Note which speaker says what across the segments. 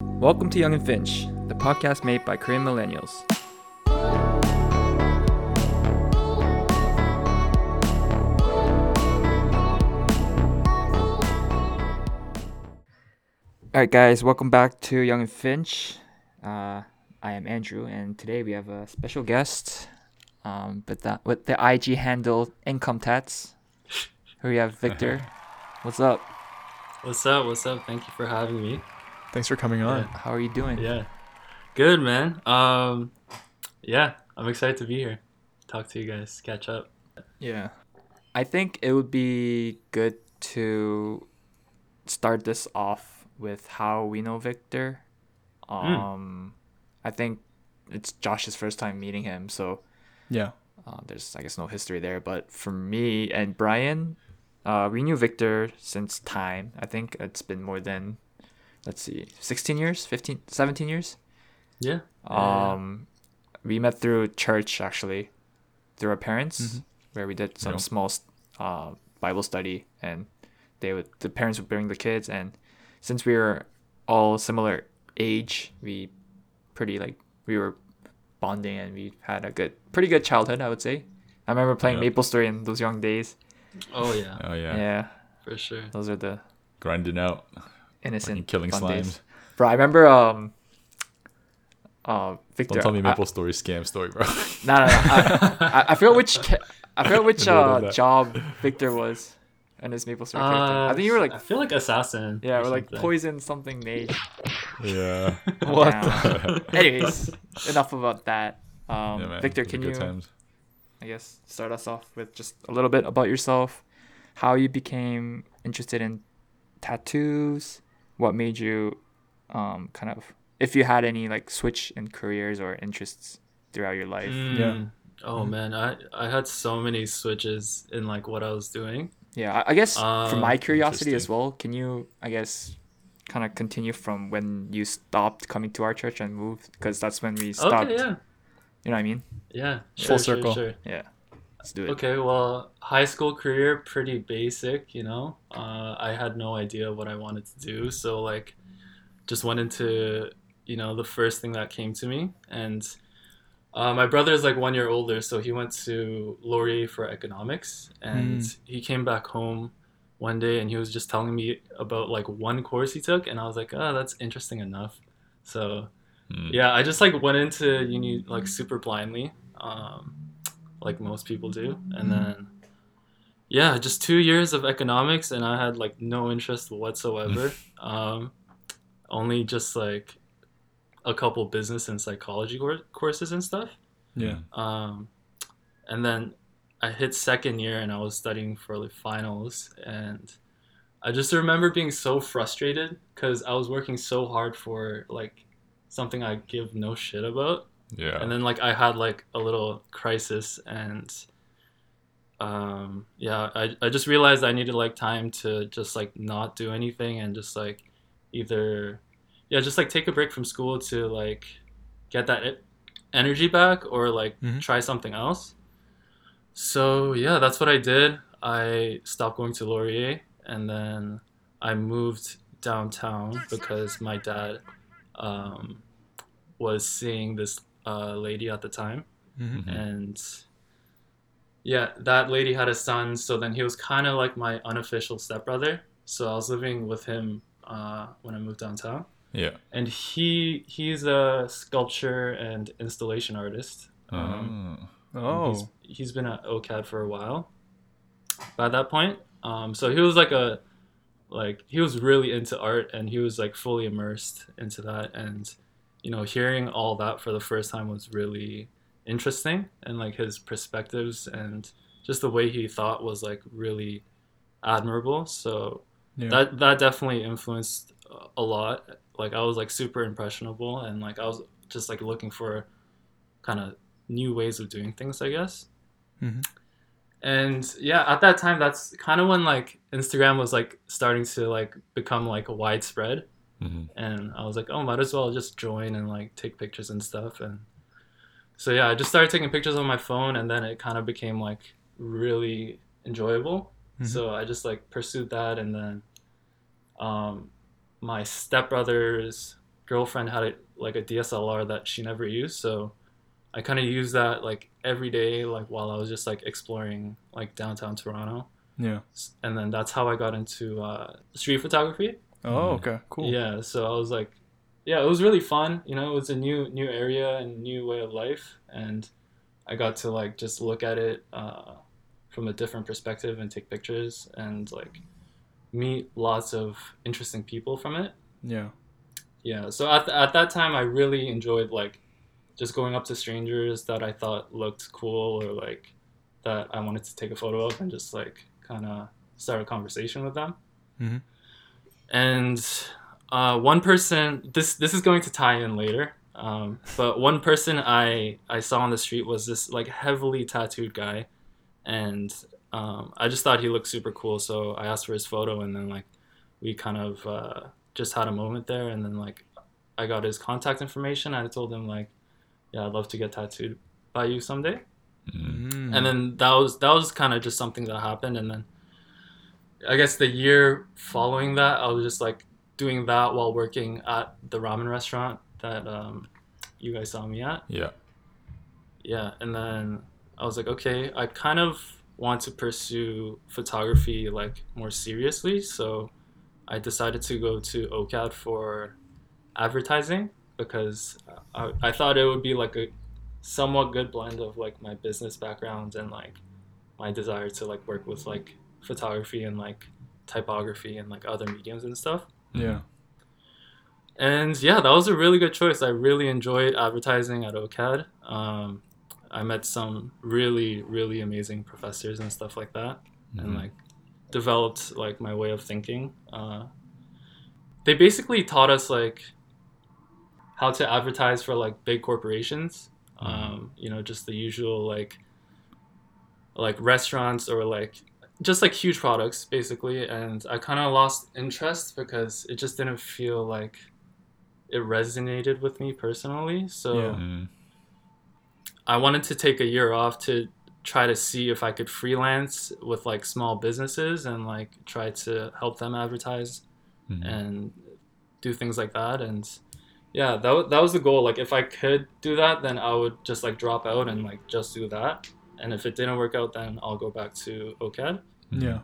Speaker 1: Welcome to Young and Finch, the podcast made by Korean millennials. All right, guys, welcome back to Young and Finch. Uh, I am Andrew, and today we have a special guest, um, but that with the IG handle Income Tats. Here we have Victor. What's up?
Speaker 2: What's up? What's up? Thank you for having me.
Speaker 3: Thanks for coming on.
Speaker 1: How are you doing?
Speaker 2: Yeah. Good, man. Um yeah, I'm excited to be here. Talk to you guys, catch up.
Speaker 3: Yeah.
Speaker 1: I think it would be good to start this off with how we know Victor. Um, I think it's Josh's first time meeting him, so
Speaker 3: Yeah.
Speaker 1: uh, there's I guess no history there. But for me and Brian, uh, we knew Victor since time. I think it's been more than, let's see, 16 years, 15, 17 years.
Speaker 2: Yeah.
Speaker 1: Um, we met through church actually, through our parents,
Speaker 3: Mm-hmm.
Speaker 1: where we did some
Speaker 3: Yeah.
Speaker 1: small s- uh, Bible study, and they would the parents would bring the kids, and since we were all similar age, we pretty like we were bonding, and we had a good, pretty good childhood, I would say. I remember playing
Speaker 3: Yeah.
Speaker 1: Maple Story in those young days.
Speaker 2: oh yeah,
Speaker 3: Oh yeah.
Speaker 1: Yeah,
Speaker 2: for sure.
Speaker 1: those are the
Speaker 3: Grinding out.
Speaker 1: innocent
Speaker 3: Fucking killing
Speaker 1: fun days.
Speaker 3: slimes.
Speaker 1: Bro, I remember um. Uh, Victor,
Speaker 3: Don't tell me
Speaker 1: I-
Speaker 3: Maple Story scam story, bro.
Speaker 1: No, no, no. I, I, I forgot which ca- I forgot which
Speaker 3: No, no,
Speaker 1: uh,
Speaker 3: no.
Speaker 1: job Victor was in his Maple Story character. I
Speaker 2: Uh,
Speaker 1: think you were like
Speaker 2: I feel like assassin.
Speaker 1: yeah,
Speaker 2: or
Speaker 1: or like
Speaker 2: something.
Speaker 1: poison something made.
Speaker 3: yeah.
Speaker 1: What
Speaker 3: the-
Speaker 1: Anyways, enough about that. Um,
Speaker 3: yeah, man.
Speaker 1: Victor,
Speaker 3: Those are
Speaker 1: can
Speaker 3: good
Speaker 1: you
Speaker 3: times.
Speaker 1: I guess start us off with just a little bit about yourself, how you became interested in tattoos, what made you um, kind of if you had any like switch in careers or interests throughout your life.
Speaker 2: Mm. Oh
Speaker 1: Mm-hmm.
Speaker 2: man, I I had so many switches in like what I was doing.
Speaker 1: Yeah, I, I guess for
Speaker 2: Um,
Speaker 1: my curiosity as
Speaker 3: interesting.
Speaker 1: well, can you, I guess, kind of continue from when you stopped coming to our church and moved? Because that's when we stopped.
Speaker 2: Okay, yeah.
Speaker 1: You know what I mean?
Speaker 2: Yeah. sure, sure,
Speaker 3: Full circle.
Speaker 2: sure.
Speaker 1: Yeah. Let's do it.
Speaker 2: Okay, well, high school career pretty basic, you know. Uh, I had no idea what I wanted to do, so like, just went into you know the first thing that came to me. And uh, my brother is like one year older, so he went to Laurier for economics, and
Speaker 1: Hmm.
Speaker 2: he came back home one day and he was just telling me about like one course he took, and I was like, oh, that's interesting enough. So
Speaker 3: Mm.
Speaker 2: yeah, I just like went into uni like super blindly, um, like most people do, and then yeah, just two years of economics, and I had like no interest whatsoever. um, only just like a couple business and psychology cour- courses and stuff.
Speaker 3: Yeah.
Speaker 2: Um, and then I hit second year and I was studying for the finals. And I just remember being so frustrated because I was working so hard for like something I give no shit about.
Speaker 3: Yeah.
Speaker 2: And then like I had like a little crisis and um yeah I, I just realized I needed like time to just like not do anything and just like either yeah just like take a break from school to like get that e- energy back or like
Speaker 3: Mhm.
Speaker 2: try something else. So yeah, that's what I did. I stopped going to Laurier and then I moved downtown because my dad um, was seeing this uh, lady at the time
Speaker 4: Mm-hmm.
Speaker 3: Mhm.
Speaker 2: and yeah that lady had a son so then he was kind of like my unofficial stepbrother so i was living with him uh, when i moved downtown
Speaker 3: Yeah.
Speaker 2: and he he's a sculpture and installation artist um,
Speaker 3: Oh.
Speaker 2: He's, he's been at OCAD for a while by that point. Um, so he was like a like he was really into art and he was like fully immersed into that and you know hearing all that for the first time was really interesting and like his perspectives and just the way he thought was like really admirable so
Speaker 3: yeah.
Speaker 2: that that definitely influenced uh, a lot like i was like super impressionable and like i was just like looking for kind of new ways of doing things i guess
Speaker 3: Mhm.
Speaker 4: Mm-hmm.
Speaker 2: and yeah at that time that's kind of when like instagram was like starting to like become like widespread
Speaker 3: Mhm.
Speaker 2: and i was like oh might as well just join and like take pictures and stuff and so yeah i just started taking pictures on my phone and then it kind of became like really enjoyable
Speaker 3: Mhm.
Speaker 2: so I just like pursued that, and then um, my stepbrother's girlfriend had a, like a DSLR that she never used, so I kind of used that like every day, like while I was just like exploring like downtown Toronto,
Speaker 4: Yeah.
Speaker 2: S- and then that's how I got into uh, street photography.
Speaker 4: Oh,
Speaker 3: Mm-hmm.
Speaker 4: okay. Cool.
Speaker 2: Yeah, so I was like, yeah, it was really fun. You know, it was a new new area and new way of life, and I got to like just look at it uh, from a different perspective and take pictures and like meet lots of interesting people from it.
Speaker 4: Yeah.
Speaker 2: Yeah, so at, at that time, I really enjoyed like just going up to strangers that I thought looked cool or like that I wanted to take a photo of and just like kind of start a conversation with them.
Speaker 4: Mhm.
Speaker 2: And uh, one person, this this is going to tie in later, um, but one person I I saw on the street was this like heavily tattooed guy, and um, I just thought he looked super cool, so I asked for his photo, and then like we kind of. Uh, just had a moment there and then like i got his contact information i told him like yeah i'd love to get tattooed by you someday
Speaker 3: Mm.
Speaker 2: and then that was that was kind of just something that happened and then i guess the year following that i was just like doing that while working at the ramen restaurant that um, you guys saw me at
Speaker 3: Yeah.
Speaker 2: yeah and then i was like okay i kind of want to pursue photography like more seriously so i decided to go to ocad for advertising because I, I thought it would be like a somewhat good blend of like my business background and like my desire to like work with like photography and like typography and like other mediums and stuff
Speaker 4: Yeah.
Speaker 2: and yeah, that was a really good choice. I really enjoyed advertising at OCAD. Um, I met some really, really amazing professors and stuff like that, and
Speaker 3: Mhm.
Speaker 2: like developed like my way of thinking. Uh, they basically taught us like how to advertise for like big corporations. Um, you know, just the usual like like restaurants or like just like huge products basically and i kind of lost interest because it just didn't feel like it resonated with me personally so
Speaker 4: Yeah.
Speaker 3: Mm.
Speaker 2: i wanted to take a year off to try to see if i could freelance with like small businesses and like try to help them advertise
Speaker 3: Mhm.
Speaker 2: and do things like that and yeah that, wa- that was the goal like if i could do that then i would just like drop out and like just do that and if it didn't work out then i'll go back to ocad
Speaker 4: Yeah.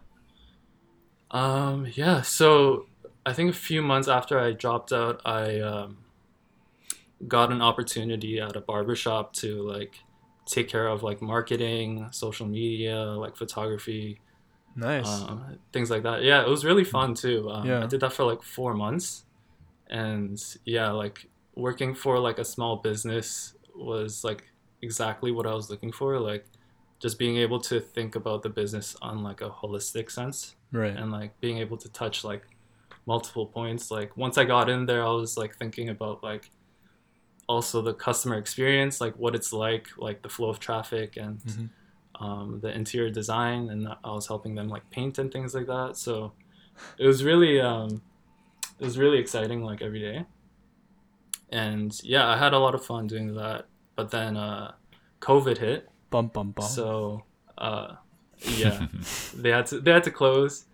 Speaker 2: um, yeah, so I think a few months after I dropped out, I um, got an opportunity at a barbershop to like take care of like marketing, social media, like photography,
Speaker 4: Nice.
Speaker 2: um, things like that. Yeah, it was really fun too. Um,
Speaker 4: Yeah.
Speaker 2: I did that for like four months, and yeah, like working for like a small business was like exactly what I was looking for. Like just being able to think about the business on like a holistic sense
Speaker 4: right.
Speaker 2: and like being able to touch like multiple points like once i got in there i was like thinking about like also the customer experience like what it's like like the flow of traffic and
Speaker 4: Mhm.
Speaker 2: um, the interior design and i was helping them like paint and things like that so it was really um, it was really exciting like every day and yeah i had a lot of fun doing that but then uh, covid hit
Speaker 4: bum bum bum.
Speaker 2: so uh, yeah they had to they had to close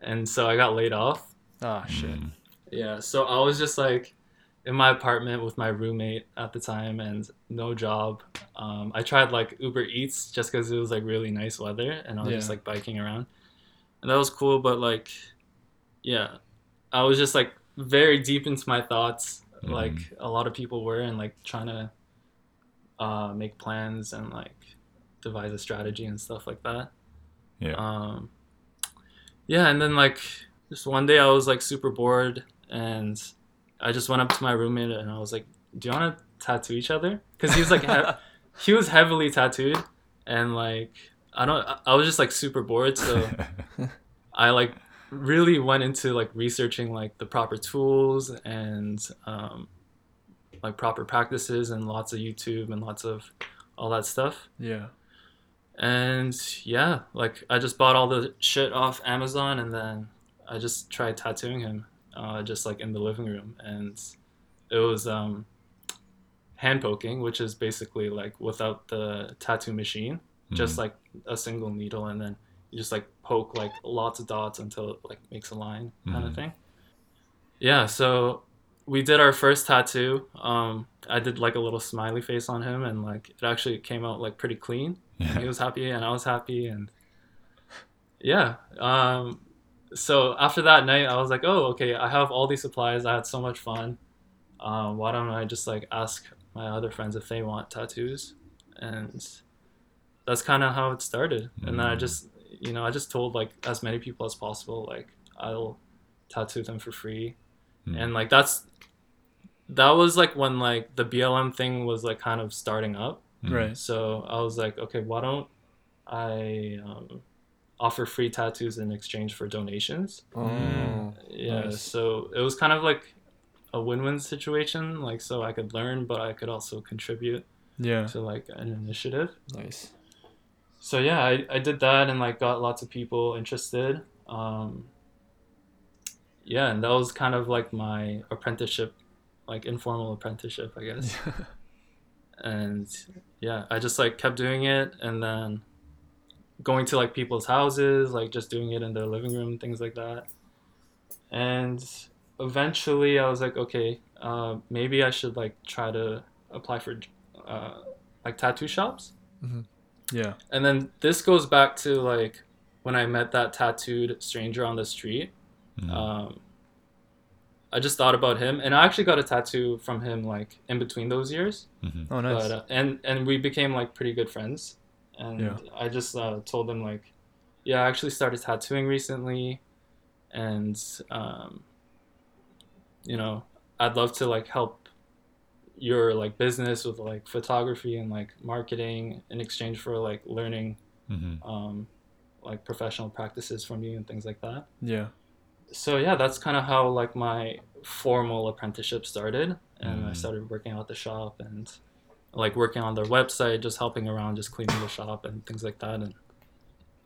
Speaker 2: and so i got laid off
Speaker 4: ah shit.
Speaker 3: Mm.
Speaker 2: yeah so i was just like in my apartment with my roommate at the time and no job um, i tried like uber eats just because it was like really nice weather and i was just
Speaker 4: Yeah.
Speaker 2: like biking around and that was cool but like yeah i was just like very deep into my thoughts like a lot of people were and like trying to uh, make plans and like devise a strategy and stuff like that
Speaker 3: Yeah.
Speaker 2: um, yeah, and then like just one day I was like super bored, and I just went up to my roommate and I was like, "Do you want to tattoo each other?" Because he was like, he- he was heavily tattooed, and like I don't, I- I was just like super bored, so I like really went into like researching like the proper tools and um, like proper practices and lots of YouTube and lots of all that stuff
Speaker 4: Yeah.
Speaker 3: Mm-hmm.
Speaker 2: and yeah like i just bought all the shit off amazon and then i just tried tattooing him uh, just like in the living room and it was um hand poking which is basically like without the tattoo machine just like a single needle and then you just like poke like lots of dots until it like makes a line kind of
Speaker 3: Mhm.
Speaker 2: thing yeah so we did our first tattoo. Um, I did like a little smiley face on him, and like it actually came out like pretty clean. He was happy, and I was happy, and yeah. Um, so after that night, I was like, oh, okay, I have all these supplies. I had so much fun. Um, why don't I just like ask my other friends if they want tattoos? And that's kind of how it started. And then I
Speaker 3: Mm.
Speaker 2: just, you know, I just told like as many people as possible, like I'll tattoo them for free
Speaker 3: Mm.
Speaker 2: and like that's that was like when like the blm thing was like kind of starting up
Speaker 3: Mhm.
Speaker 4: Right.
Speaker 2: so i was like okay why don't i um, offer free tattoos in exchange for donations Mm.
Speaker 1: Oh.
Speaker 2: yeah
Speaker 4: Nice.
Speaker 2: so it was kind of like a win-win situation like so i could learn but i could also contribute
Speaker 4: Yeah.
Speaker 2: to like an initiative
Speaker 1: Nice.
Speaker 2: so yeah I, I did that and like got lots of people interested um yeah and that was kind of like my apprenticeship like informal apprenticeship i guess and yeah i just like kept doing it and then going to like people's houses like just doing it in their living room things like that and eventually i was like okay uh, maybe i should like try to apply for uh, like tattoo shops
Speaker 4: yeah.
Speaker 2: and then this goes back to like when I met that tattooed stranger on the street.
Speaker 4: Mm-hmm.
Speaker 3: Mhm.
Speaker 2: Um, I just thought about him, and I actually got a tattoo from him like in between those years.
Speaker 3: Mhm.
Speaker 4: Oh, nice.
Speaker 2: But uh, and and we became like pretty good friends. And
Speaker 4: Yeah.
Speaker 2: I just uh, told him like, yeah, I actually started tattooing recently, and um, you know, I'd love to like help your like business with like photography and like marketing in exchange for like learning
Speaker 3: Mhm.
Speaker 2: um, like professional practices from you and things like that.
Speaker 4: yeah.
Speaker 2: So yeah, that's kind of how like my formal apprenticeship started, and I
Speaker 3: Mm.
Speaker 2: started working out the shop and like working on their website, just helping around, just cleaning the shop and things like that. And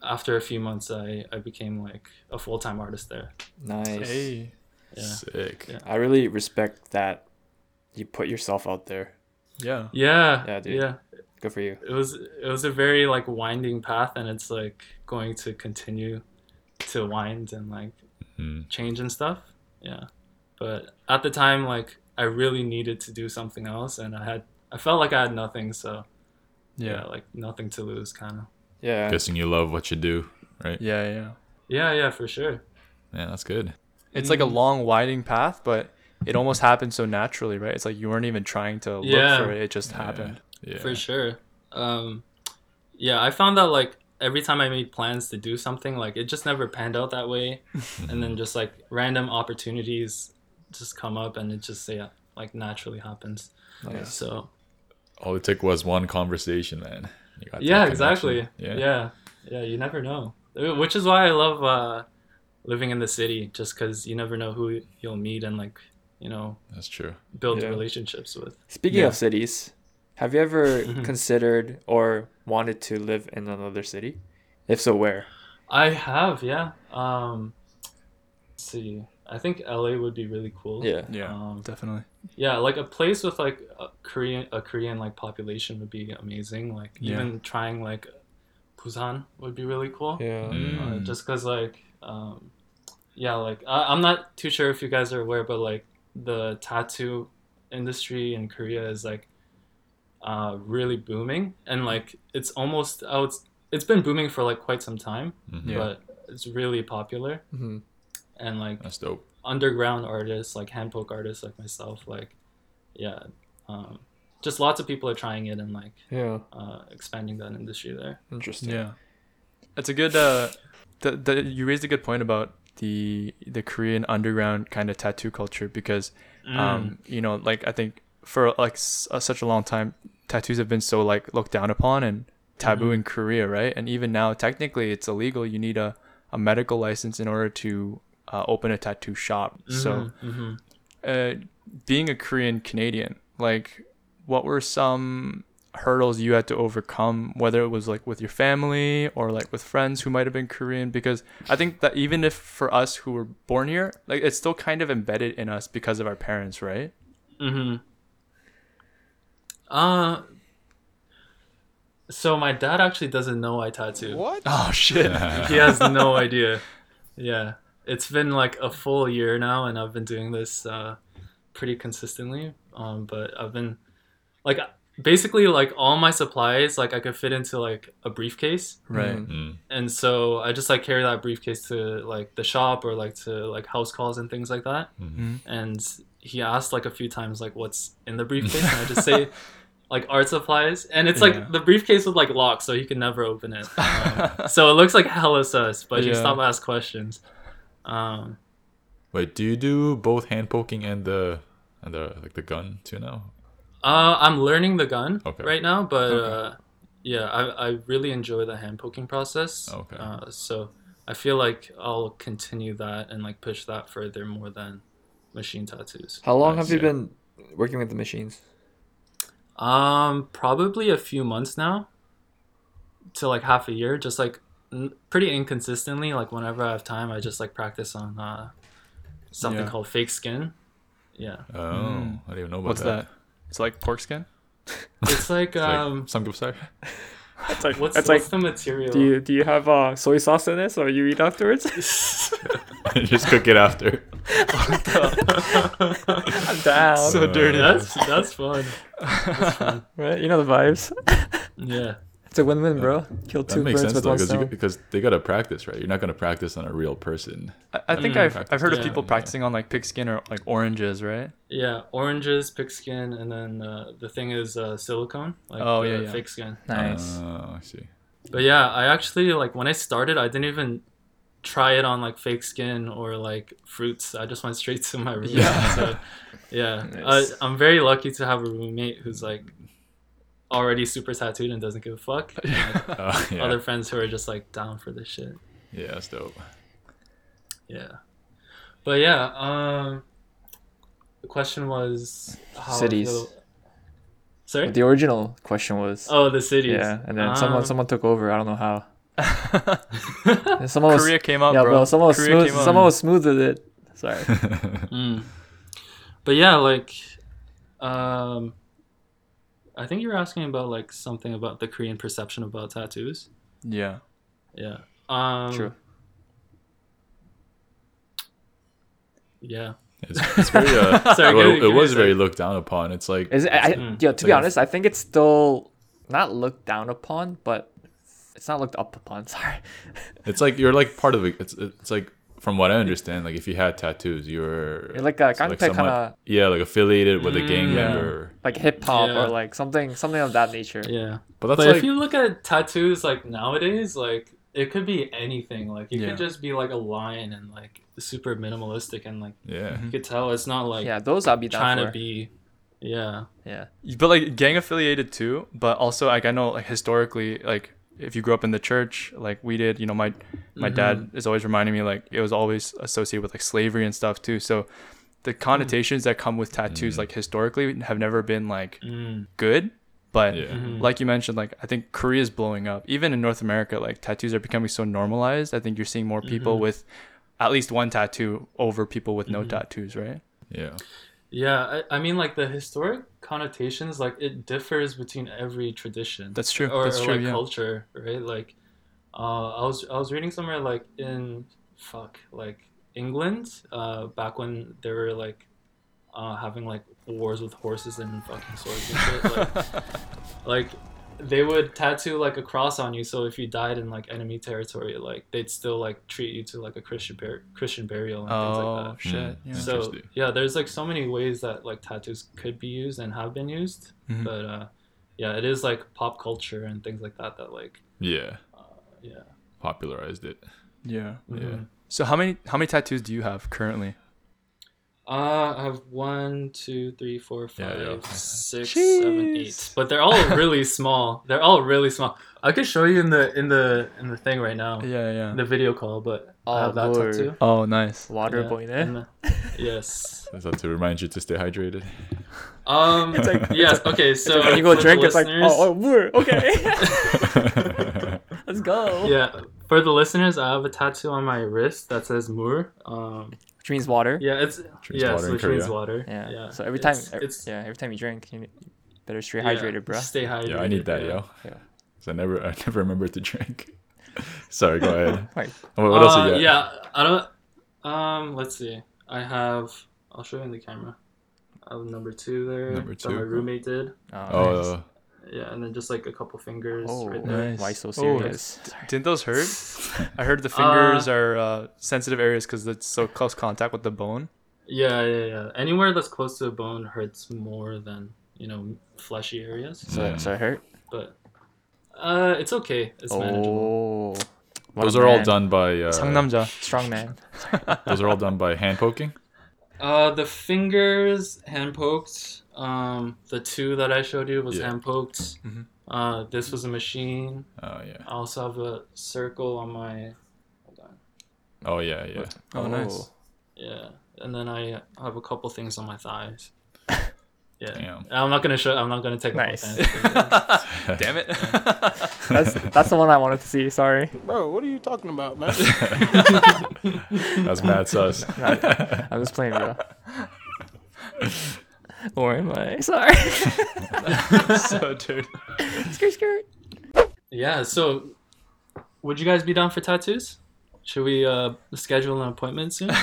Speaker 2: after a few months, I I became like a full time artist there.
Speaker 1: Nice.
Speaker 4: Hey.
Speaker 2: Yeah,
Speaker 3: Sick.
Speaker 2: Yeah.
Speaker 1: I really respect that you put yourself out there.
Speaker 4: Yeah.
Speaker 2: yeah,
Speaker 1: Yeah,
Speaker 2: yeah,
Speaker 1: dude. Good for you.
Speaker 2: It was it was a very like winding path, and it's like going to continue to wind and like
Speaker 3: Mhm.
Speaker 2: change and stuff. Yeah. But at the time, like I really needed to do something else, and I had I felt like I had nothing, so yeah,
Speaker 4: Yeah.
Speaker 2: like nothing to lose, kind of.
Speaker 1: Yeah.
Speaker 3: Guessing you love what you do, right?
Speaker 4: Yeah. Yeah.
Speaker 2: Yeah, yeah, for sure.
Speaker 3: Man, that's good.
Speaker 4: It's like a
Speaker 2: Mm.
Speaker 4: long winding path, but it almost happened so naturally, right? It's like you weren't even trying to look
Speaker 2: Yeah.
Speaker 4: for it; it just happened.
Speaker 3: Yeah.
Speaker 2: For sure. Um, yeah, I found that like every time I made plans to do something, like it just never panned out that way, and then just like random opportunities just come up, and it just yeah, like naturally happens.
Speaker 1: Nice.
Speaker 2: So
Speaker 3: All it took was one conversation, man. You got that
Speaker 2: yeah
Speaker 3: connection.
Speaker 2: exactly yeah.
Speaker 3: Yeah.
Speaker 2: yeah you never know which is why i love uh living in the city just because you never know who you'll meet and like you know
Speaker 3: That's true.
Speaker 2: build
Speaker 1: Yeah.
Speaker 2: relationships with
Speaker 1: Speaking
Speaker 4: Yeah.
Speaker 1: of cities, have you ever considered or wanted to live in another city? If so, where?
Speaker 2: i have yeah um let's see i think la would be really cool
Speaker 1: Yeah.
Speaker 4: Yeah,
Speaker 2: Um,
Speaker 4: definitely.
Speaker 2: yeah like a place with like a korean a korean like population would be amazing like
Speaker 4: Yeah.
Speaker 2: even trying like busan would be really cool
Speaker 1: Yeah.
Speaker 2: uh,
Speaker 3: Mm.
Speaker 2: just because like um, yeah like I, i'm not too sure if you guys are aware but like the tattoo industry in korea is like uh, really booming and like it's almost out it's been booming for like quite some time
Speaker 3: Mhm.
Speaker 4: Yeah.
Speaker 2: but it's really popular
Speaker 1: Mhm.
Speaker 2: and like
Speaker 3: That's dope.
Speaker 2: underground artists like hand poke artists like myself like yeah um, just lots of people are trying it and like
Speaker 1: Yeah.
Speaker 2: uh, expanding that industry there
Speaker 1: Interesting.
Speaker 4: Yeah, it's a good. Uh, the, the you raised a good point about the the Korean underground kind of tattoo culture because
Speaker 2: Mm.
Speaker 4: um you know like I think for like s- uh, such a long time tattoos have been so like looked down upon and
Speaker 2: Mm-hmm.
Speaker 4: taboo in Korea, right? And even now, technically, it's illegal. You need a a medical license in order to uh, open a tattoo shop. So
Speaker 2: hmm
Speaker 4: uh, being a Korean Canadian, like what were some hurdles you had to overcome, whether it was like with your family or like with friends who might have been Korean? Because I think that even if for us who were born here, like it's still kind of embedded in us because of our parents, right?
Speaker 2: Mm-hmm. Uh so my dad actually doesn't know I tattoo.
Speaker 1: What?
Speaker 4: Oh shit.
Speaker 2: He has no idea. Yeah. It's been like a full year now and I've been doing this uh pretty consistently. Um, but I've been like basically like all my supplies like I could fit into like a briefcase,
Speaker 4: Right.
Speaker 1: Mm.
Speaker 3: Mm.
Speaker 2: and so I just like carry that briefcase to like the shop or like to like house calls and things like that.
Speaker 3: Mhm.
Speaker 2: And he asked like a few times like what's in the briefcase, and I just say. Like art supplies, and it's
Speaker 4: Yeah.
Speaker 2: like the briefcase with like locks, so he can never open it. Um, so it looks like hella sus, but you
Speaker 4: Yeah.
Speaker 2: stop ask questions. Um,
Speaker 3: Wait, do you do both hand poking and the and the like the gun too now?
Speaker 2: uh, I'm learning the gun
Speaker 3: Okay.
Speaker 2: right now, but
Speaker 4: Okay.
Speaker 2: uh, yeah, I, I really enjoy the hand poking process.
Speaker 3: Okay.
Speaker 2: Uh, so I feel like I'll continue that and like push that further more than machine tattoos.
Speaker 1: How long
Speaker 3: Nice,
Speaker 1: have you
Speaker 3: yeah.
Speaker 1: been working with the machines?
Speaker 2: Um, probably a few months now, to like half a year, just like n- pretty inconsistently. Like whenever I have time, I just like practice on uh, something
Speaker 4: Yeah.
Speaker 2: called fake skin. Yeah.
Speaker 3: Oh, I didn't even know about
Speaker 4: What's
Speaker 3: that.
Speaker 4: that? It's like pork skin.
Speaker 2: It's like
Speaker 3: It's like
Speaker 2: um
Speaker 3: samgyeopsal.
Speaker 1: It's like
Speaker 2: what's, what's the material?
Speaker 1: do you do you have uh, soy sauce in this or you eat afterwards?
Speaker 3: Just cook it after.
Speaker 1: I'm down.
Speaker 4: So dirty.
Speaker 2: that's that's fun. That's fun.
Speaker 1: right, you know the vibes.
Speaker 2: Yeah.
Speaker 1: It's a win-win, bro. Kill
Speaker 3: That
Speaker 1: two
Speaker 3: makes
Speaker 1: birds
Speaker 3: sense
Speaker 1: with
Speaker 3: though,
Speaker 1: one
Speaker 3: because you,
Speaker 1: stone.
Speaker 3: because they gotta practice, right? You're not gonna practice on a real person.
Speaker 4: I, I think
Speaker 2: Mm.
Speaker 4: I've, I've heard of
Speaker 2: Yeah.
Speaker 4: people practicing on like pig skin or like oranges, right?
Speaker 2: Yeah, oranges, pig skin, and then uh, the thing is uh, silicone, like
Speaker 4: Oh,
Speaker 2: the
Speaker 4: yeah, yeah.
Speaker 2: fake skin.
Speaker 1: Nice.
Speaker 3: Oh, I see.
Speaker 2: But yeah, I actually like when I started, I didn't even try it on like fake skin or like fruits. I just went straight to my roommate.
Speaker 4: Yeah.
Speaker 2: So, yeah,
Speaker 1: Nice.
Speaker 2: I, I'm very lucky to have a roommate who's like already super tattooed and doesn't give a fuck. Like,
Speaker 3: Oh, yeah.
Speaker 2: Other friends who are just like down for this shit.
Speaker 3: yeah, that's dope.
Speaker 2: Yeah. But yeah, um the question was how I
Speaker 1: Cities.
Speaker 2: feel- Sorry?
Speaker 1: The original question was.
Speaker 2: oh, the cities.
Speaker 1: Yeah, and then someone
Speaker 2: Um,
Speaker 1: someone took over. I don't know how. And someone was
Speaker 4: Korea came up,
Speaker 1: yeah,
Speaker 4: bro.
Speaker 1: bro. Someone was
Speaker 4: Korea
Speaker 1: smooth.
Speaker 4: came up.
Speaker 1: Someone was smooth with it. Sorry.
Speaker 2: Mm. But yeah, like um I think you were asking about like something about the Korean perception about tattoos.
Speaker 4: Yeah.
Speaker 2: Yeah. Um
Speaker 1: True.
Speaker 2: Yeah.
Speaker 3: It's, it's very. Uh,
Speaker 2: Sorry,
Speaker 3: well,
Speaker 2: give me-
Speaker 3: it
Speaker 2: give me
Speaker 3: was
Speaker 2: a
Speaker 3: very looked down upon. It's like
Speaker 1: Is it, I,
Speaker 2: Mm.
Speaker 1: yo, to be
Speaker 3: Like-
Speaker 1: honest, I think it's still not looked down upon, but it's not looked up upon. Sorry.
Speaker 3: it's like you're like part of it. It's it's like from what I understand, like if you had tattoos, you were
Speaker 1: You're like a
Speaker 3: it's
Speaker 1: contact
Speaker 3: somewhat-
Speaker 1: kinda-
Speaker 3: yeah, like affiliated with a gang
Speaker 2: Mm.
Speaker 3: member.
Speaker 1: Like hip hop
Speaker 2: Yeah.
Speaker 1: or like something something of that nature.
Speaker 2: Yeah.
Speaker 3: But that's
Speaker 2: but
Speaker 3: like
Speaker 2: if you look at tattoos like nowadays, like it could be anything. Like you
Speaker 4: Yeah.
Speaker 2: could just be like a line and like super minimalistic and like
Speaker 3: yeah.
Speaker 2: you could tell it's not like
Speaker 1: yeah, those I'll be down
Speaker 2: trying
Speaker 1: for.
Speaker 2: to be yeah.
Speaker 1: yeah.
Speaker 4: But like gang affiliated too, but also like I know like historically like if you grew up in the church like we did, you know my my
Speaker 2: Mm-hmm.
Speaker 4: dad is always reminding me like it was always associated with like slavery and stuff too. So
Speaker 2: Mm.
Speaker 4: the connotations that come with
Speaker 3: Mm.
Speaker 4: tattoos like historically have never been like
Speaker 2: Mm.
Speaker 4: good, but
Speaker 3: Yeah.
Speaker 2: Mhm.
Speaker 4: like you mentioned like I think Korea is blowing up. Even in North America like tattoos are becoming so normalized. I think you're seeing more
Speaker 2: Mm-hmm.
Speaker 4: people with at least one tattoo over people with no tattoos, right?
Speaker 3: yeah.
Speaker 2: Yeah, I, I mean like the historic connotations like it differs between every tradition.
Speaker 4: That's true.
Speaker 2: Or,
Speaker 4: That's
Speaker 2: or,
Speaker 4: true,
Speaker 2: like
Speaker 4: yeah.
Speaker 2: culture, right? Like uh, I was I was reading somewhere like in fuck like England uh, back when they were like uh, having like wars with horses and fucking swords and shit. Like, like they would tattoo like a cross on you, so if you died in like enemy territory, like they'd still like treat you to like a Christian bur- Christian burial and things like that.
Speaker 4: Oh shit.
Speaker 3: Mm.
Speaker 4: Yeah.
Speaker 2: So
Speaker 3: Interesting.
Speaker 2: yeah, there's like so many ways that like tattoos could be used and have been used,
Speaker 3: Mm-hmm.
Speaker 4: Mhm.
Speaker 2: but uh, yeah, it is like pop culture and things like that that like
Speaker 3: Yeah.
Speaker 2: Uh, yeah.
Speaker 3: Popularized it.
Speaker 4: Yeah.
Speaker 3: Yeah.
Speaker 2: Mhm.
Speaker 4: So how many how many tattoos do you have currently?
Speaker 2: Uh, I have one, two, three, four,
Speaker 3: Yeah, yeah.
Speaker 2: five, six, seven, eight.
Speaker 4: Jeez.
Speaker 2: But they're all really small. They're all really small. I could show you in the in the in the thing right now,
Speaker 4: Yeah, yeah.
Speaker 2: in the video call. But
Speaker 1: Oh,
Speaker 2: I have that
Speaker 1: Lord.
Speaker 2: tattoo.
Speaker 4: Oh, nice.
Speaker 1: Water
Speaker 2: Yeah,
Speaker 1: boy,
Speaker 2: and
Speaker 1: ne?
Speaker 2: the- yes.
Speaker 3: Is that to remind you to stay hydrated?
Speaker 2: Um.
Speaker 1: like-
Speaker 2: yes. Okay. So
Speaker 1: When you go
Speaker 2: for the
Speaker 1: drink, it's like oh,
Speaker 2: listeners-
Speaker 1: oh word, okay. Let's go.
Speaker 2: yeah for the listeners i have a tattoo on my wrist that says moor um
Speaker 1: Which means water.
Speaker 2: yeah it's
Speaker 3: Drinks
Speaker 2: yeah
Speaker 3: water
Speaker 2: so
Speaker 3: in
Speaker 2: which means
Speaker 3: Korea.
Speaker 2: water
Speaker 1: Yeah. So every time,
Speaker 2: it's,
Speaker 1: ev-
Speaker 2: it's-
Speaker 1: yeah, every time you drink, you better stay
Speaker 2: yeah,
Speaker 1: hydrated, bro.
Speaker 2: stay hydrated
Speaker 3: yeah, I need that,
Speaker 2: yeah.
Speaker 3: yo.
Speaker 1: Yeah.
Speaker 3: 'Cause I never, I never remember to drink. Sorry, go ahead.
Speaker 1: Right.
Speaker 3: What, what else
Speaker 2: Uh,
Speaker 3: you got?
Speaker 2: yeah i don't um let's see i have i'll show you in the camera of number two there
Speaker 3: Number
Speaker 2: that my
Speaker 3: two.
Speaker 2: roommate did.
Speaker 3: Oh,
Speaker 4: nice.
Speaker 3: uh,
Speaker 2: Yeah, and then just like a couple fingers
Speaker 1: Oh,
Speaker 2: right there.
Speaker 4: nice.
Speaker 1: why so
Speaker 4: Oh,
Speaker 1: serious?
Speaker 4: Didn't those hurt? I heard the fingers are uh, sensitive areas because it's so close contact with the bone.
Speaker 2: Yeah, yeah, yeah. Anywhere that's close to a bone hurts more than you know fleshy areas,
Speaker 1: So,
Speaker 3: Yeah.
Speaker 1: so it hurt.
Speaker 2: but uh, it's okay. It's manageable.
Speaker 1: Oh, what a
Speaker 3: those are all
Speaker 1: man.
Speaker 3: done by uh,
Speaker 4: 상남자.
Speaker 1: Strong man.
Speaker 3: those are all done by hand poking.
Speaker 2: Uh, the fingers hand poked. Um, the two that I showed you was
Speaker 3: Yeah. Mm-hmm.
Speaker 2: hand poked.
Speaker 4: Mhm.
Speaker 2: Uh, this was a machine.
Speaker 3: Oh yeah.
Speaker 2: I also have a circle on my. Hold on.
Speaker 3: Oh yeah, yeah.
Speaker 4: Oh, nice.
Speaker 2: Yeah, and then I have a couple things on my thighs. Yeah,
Speaker 3: Damn.
Speaker 2: I'm not gonna show. I'm not gonna take
Speaker 1: Nice.
Speaker 2: up my fantasy.
Speaker 4: Damn it.
Speaker 1: That's that's the one I wanted to see. Sorry,
Speaker 5: Bro, what are you talking about, man?
Speaker 3: That's mad sus.
Speaker 1: I'm just playing, bro. or am I? Sorry.
Speaker 4: so dude.
Speaker 1: skirt, skirt.
Speaker 2: yeah. So, would you guys be down for tattoos? Should we uh, schedule an appointment soon?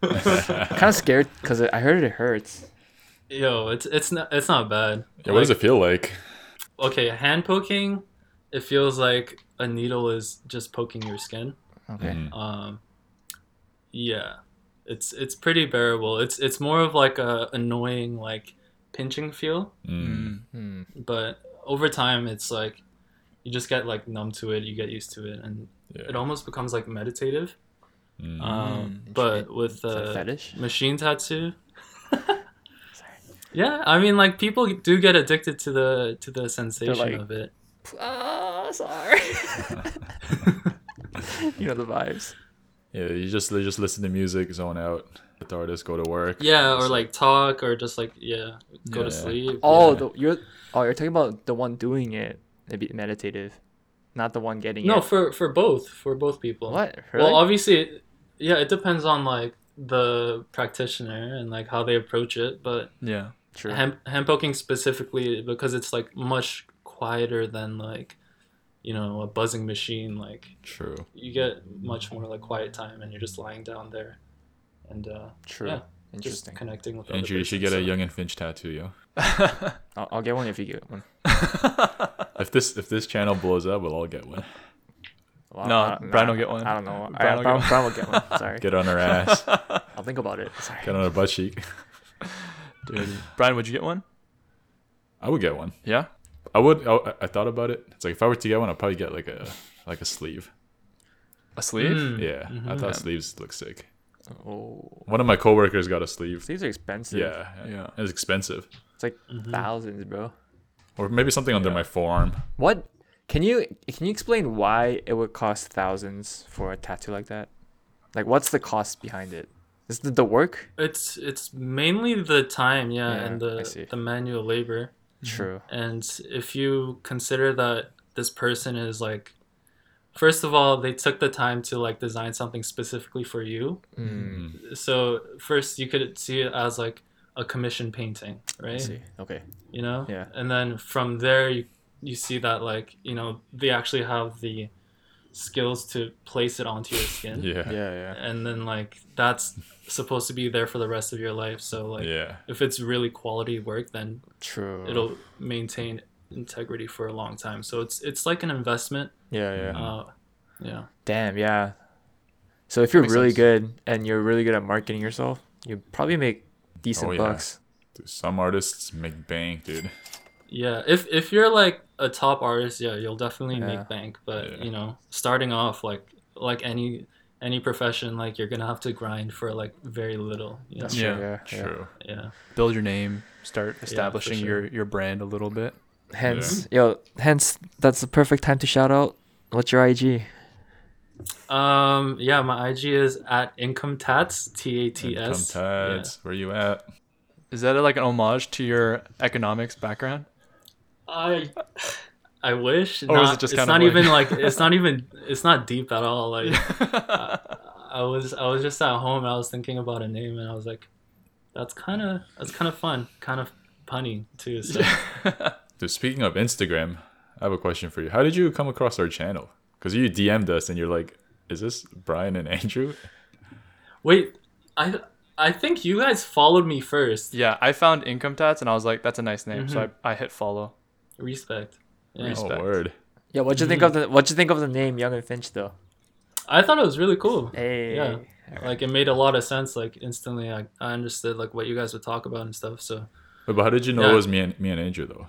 Speaker 1: Kind of scared because I heard it hurts.
Speaker 2: Yo, it's it's not it's not bad.
Speaker 3: Yeah, what does it feel like?
Speaker 2: Okay, hand poking, it feels like a needle is just poking your skin.
Speaker 1: Okay.
Speaker 3: Mhm.
Speaker 2: Um, yeah, it's it's pretty bearable. It's it's more of like a annoying like pinching feel,
Speaker 3: Mm.
Speaker 1: Hmm.
Speaker 2: but over time it's like you just get like numb to it. You get used to it, and it
Speaker 3: Yeah.
Speaker 2: almost becomes like meditative.
Speaker 3: Mm.
Speaker 2: Um,
Speaker 1: Mm,
Speaker 2: but
Speaker 1: interesting.
Speaker 2: with
Speaker 1: Is that
Speaker 2: uh,
Speaker 1: fetish?
Speaker 2: machine tattoo. Yeah, I mean, like people do get addicted to the to the sensation
Speaker 1: like-
Speaker 2: of it.
Speaker 1: Oh, sorry. you know the vibes.
Speaker 3: Yeah, you just they just listen to music, zone out. Let the artist go to work.
Speaker 2: Yeah, or like talk, or just like yeah, go
Speaker 3: Yeah.
Speaker 2: to sleep.
Speaker 1: Oh,
Speaker 3: Yeah.
Speaker 1: the, you're oh you're talking about the one doing it. It'd be meditative, not the one getting
Speaker 2: No,
Speaker 1: it.
Speaker 2: for for both for both people.
Speaker 1: what? Really?
Speaker 2: Well, obviously, yeah, it depends on like the practitioner and like how they approach it. But
Speaker 4: Yeah.
Speaker 1: True.
Speaker 2: hand, hand poking specifically because it's like much quieter than like you know a buzzing machine. Like
Speaker 3: True.
Speaker 2: you get much more like quiet time, and you're just lying down there, and uh,
Speaker 1: True.
Speaker 2: yeah, just
Speaker 1: Interesting.
Speaker 2: connecting with.
Speaker 3: Andrew,
Speaker 2: Andrew,
Speaker 3: you should get a Young and Finch tattoo, yo.
Speaker 1: I'll, I'll get one if you get one.
Speaker 3: If this if this channel blows up, we'll all get one.
Speaker 1: Well,
Speaker 4: No,
Speaker 1: I don't-
Speaker 4: Brian will
Speaker 1: I-
Speaker 4: get one.
Speaker 1: I don't know. I-
Speaker 4: Brian will
Speaker 1: Brian,
Speaker 4: get
Speaker 1: Brian will get one. Sorry.
Speaker 3: Get on her ass.
Speaker 1: I'll think about it. Sorry.
Speaker 3: get on her butt cheek.
Speaker 4: Dude. Brian, would you get one?
Speaker 3: I would get one.
Speaker 4: Yeah.
Speaker 3: I would. I, I thought about it. It's like if I were to get one, I'd probably get like a like a sleeve.
Speaker 4: A sleeve?
Speaker 2: Mm-hmm. Hmm.
Speaker 3: Yeah, I thought sleeves look sick.
Speaker 1: Oh,
Speaker 3: One of my coworkers got a sleeve.
Speaker 1: these are expensive.
Speaker 3: Yeah,
Speaker 4: Yeah.
Speaker 3: It was expensive,
Speaker 1: It's like
Speaker 2: Mm-hmm.
Speaker 1: thousands, bro.
Speaker 3: or maybe something under my forearm.
Speaker 1: What? Can you can you explain why it would cost thousands for a tattoo like that? Like, what's the cost behind it? Is it the work?
Speaker 2: It's it's mainly the time, yeah,
Speaker 1: Yeah,
Speaker 2: and
Speaker 1: I
Speaker 2: the
Speaker 1: see.
Speaker 2: the manual labor.
Speaker 1: True.
Speaker 2: And if you consider that this person is like, first of all, they took the time to like design something specifically for you.
Speaker 1: Mm.
Speaker 2: So first, you could see it as like a commission painting,
Speaker 1: I
Speaker 2: right?
Speaker 1: see. Okay.
Speaker 2: You know.
Speaker 1: Yeah.
Speaker 2: And then from there, you you see that like you know they actually have the skills to place it onto your skin.
Speaker 3: Yeah, yeah,
Speaker 1: yeah.
Speaker 2: And then like that's supposed to be there for the rest of your life. So like
Speaker 3: yeah.
Speaker 2: if it's really quality work, then
Speaker 1: True.
Speaker 2: it'll maintain integrity for a long time. So it's it's like an investment.
Speaker 1: Yeah, yeah.
Speaker 2: Uh, yeah.
Speaker 1: Damn, yeah. So if you're
Speaker 4: Makes
Speaker 1: really
Speaker 4: sense.
Speaker 1: good and you're really good at marketing yourself, you probably make decent
Speaker 3: yeah.
Speaker 1: bucks.
Speaker 3: Dude, some artists make bank, dude.
Speaker 2: Yeah. If if you're like a top artist, yeah, you'll definitely
Speaker 1: Yeah.
Speaker 2: make bank. But
Speaker 3: Yeah.
Speaker 2: you know, starting off like like any any profession, like you're gonna have to grind for like very little. You know?
Speaker 1: That's true,
Speaker 4: Yeah,
Speaker 1: yeah, yeah.
Speaker 3: True.
Speaker 2: Yeah.
Speaker 4: Build your name, start establishing
Speaker 2: sure.
Speaker 4: your, your brand a little bit.
Speaker 1: Hence, yo, hence that's the perfect time to shout out. What's your IG?
Speaker 2: Um. Yeah. My IG is at income tats t a t
Speaker 3: Income
Speaker 2: s.
Speaker 3: tax. Where you at?
Speaker 4: Is that like an homage to your economics background?
Speaker 2: I I wish.
Speaker 4: Or was
Speaker 2: not-
Speaker 4: it just
Speaker 2: it's
Speaker 4: kind
Speaker 2: not
Speaker 4: of like-
Speaker 2: even like it's not even it's not deep at all. Like I, I was I was just at home. I was thinking about a name, and I was like, that's kind of that's kind of fun, kind of punny too. So
Speaker 3: Dude, speaking of Instagram, I have a question for you. How did you come across our channel? Because you DM'd us and you're like, "Is this Brian and Andrew?"
Speaker 2: wait, I I think you guys followed me first.
Speaker 4: Yeah, I found income tats and I was like, that's a nice name. So
Speaker 2: Mhm.
Speaker 4: I, I hit follow.
Speaker 2: Respect. Yeah.
Speaker 3: Oh,
Speaker 4: Respect.
Speaker 3: word.
Speaker 1: Yeah, what'd you think of the what'd you think of the name Young and Finch though?
Speaker 2: I thought it was really cool.
Speaker 1: Hey.
Speaker 2: Yeah. Like it made a lot of sense. Like instantly, I, I understood like what you guys would talk about and stuff. So
Speaker 3: Wait, but how did you know
Speaker 2: Yeah.
Speaker 3: it was me and me and Andrew though?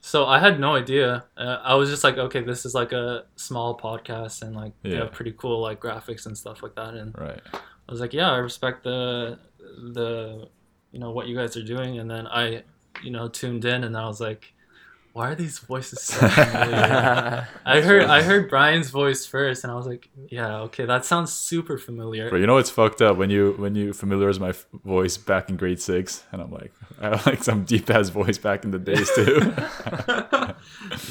Speaker 2: so I had no idea. Uh, I was just like, okay, this is like a small podcast and like they
Speaker 3: Yeah.
Speaker 2: have pretty cool like graphics and stuff like that. And
Speaker 3: Right.
Speaker 2: I was like, yeah, I respect the the you know what you guys are doing, and then I you know tuned in, and I was like, why are these voices so familiar? I heard I heard Brian's voice first, and I was like, yeah, okay, that sounds super familiar.
Speaker 3: But you know it's fucked up when you when you familiarize my f- voice back in grade six, and I'm like, I have like some deep ass voice back in the days too.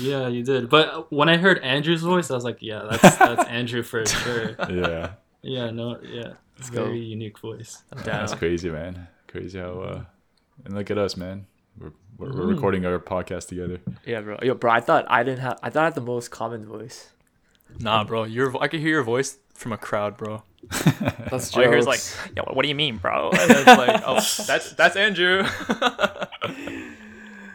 Speaker 2: yeah, you did. But when I heard Andrew's voice, I was like, yeah, that's that's Andrew for sure.
Speaker 3: yeah,
Speaker 2: Yeah, no, yeah, it's
Speaker 1: go.
Speaker 2: very unique voice.
Speaker 4: Damn.
Speaker 3: that's crazy, man. Crazy how. Uh, and look at us, man. We're we're, we're
Speaker 2: Mhm.
Speaker 1: Mm.
Speaker 3: recording our podcast together.
Speaker 1: yeah, bro. Yo, bro, I thought I didn't have I thought I had the most common voice.
Speaker 4: Nah, bro. Your vo- I could hear your voice from a crowd, bro.
Speaker 1: That's
Speaker 4: All you hear is like,
Speaker 1: jokes.
Speaker 4: "Yo, what do you mean, bro?" And it's like, "Oh, that's that's Andrew."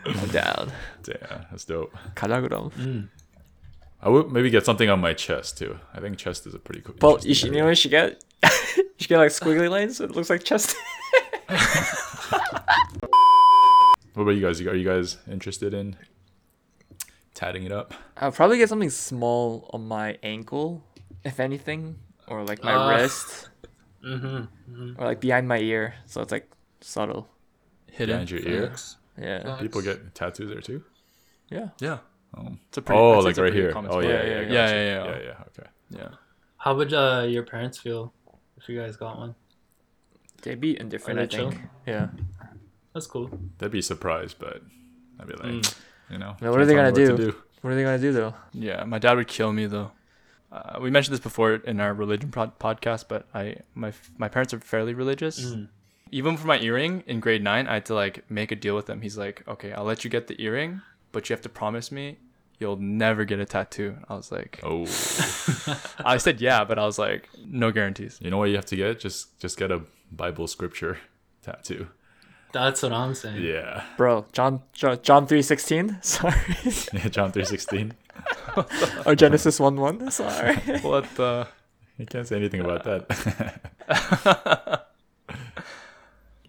Speaker 1: I'm down.
Speaker 3: Damn, that's dope.
Speaker 1: 가자 그럼.
Speaker 3: I would maybe get something on my chest too. I think chest is a pretty cool.
Speaker 1: But you,
Speaker 3: interesting
Speaker 1: should, you
Speaker 3: area.
Speaker 1: know what you should get? you should get like squiggly lines. So it looks like chest.
Speaker 3: What about you guys? Are you guys interested in tatting it up?
Speaker 1: I'll probably get something small on my ankle, if anything, or like my
Speaker 2: Ah.
Speaker 1: wrist,
Speaker 2: Mm-hmm.
Speaker 1: or like behind my ear. So it's like subtle.
Speaker 4: Hidden.
Speaker 3: Behind your ear?
Speaker 1: Yeah.
Speaker 3: People get tattoos there too.
Speaker 1: Yeah.
Speaker 4: Yeah.
Speaker 3: Oh.
Speaker 4: It's a
Speaker 3: oh,
Speaker 4: I'd say
Speaker 3: like
Speaker 4: it's a
Speaker 3: right
Speaker 4: pretty
Speaker 3: here.
Speaker 4: common
Speaker 3: Oh
Speaker 4: spot.
Speaker 3: yeah, yeah,
Speaker 4: yeah,
Speaker 3: yeah,
Speaker 4: yeah,
Speaker 3: gotcha.
Speaker 4: yeah, yeah.
Speaker 3: yeah, yeah. Okay.
Speaker 4: yeah.
Speaker 2: How would uh, your parents feel if you guys got one?
Speaker 1: They'd be indifferent,
Speaker 2: Are
Speaker 1: I
Speaker 2: they chill?
Speaker 1: think. Yeah.
Speaker 2: That's cool.
Speaker 3: They'd be surprised, but I'd be like,
Speaker 2: Mm.
Speaker 3: you know.
Speaker 1: Now, what are they
Speaker 3: can't tell
Speaker 1: gonna
Speaker 3: me what to
Speaker 1: What are they gonna do though?
Speaker 4: Yeah, my dad would kill me though. Uh, we mentioned this before in our religion pod- podcast, but I my f- my parents are fairly religious.
Speaker 2: Mm.
Speaker 4: Even for my earring in grade nine, I had to like make a deal with him. He's like, "Okay, I'll let you get the earring, but you have to promise me you'll never get a tattoo." I was like,
Speaker 3: Oh,
Speaker 4: I said yeah, but I was like, no guarantees.
Speaker 3: you know what you have to get? Just just get a Bible scripture tattoo.
Speaker 2: That's what I'm saying.
Speaker 3: Yeah,
Speaker 1: Bro, John John, John three sixteen. Sorry.
Speaker 3: Yeah, John three sixteen.
Speaker 1: or Genesis one one. Sorry.
Speaker 4: What the?
Speaker 3: You can't say anything about that.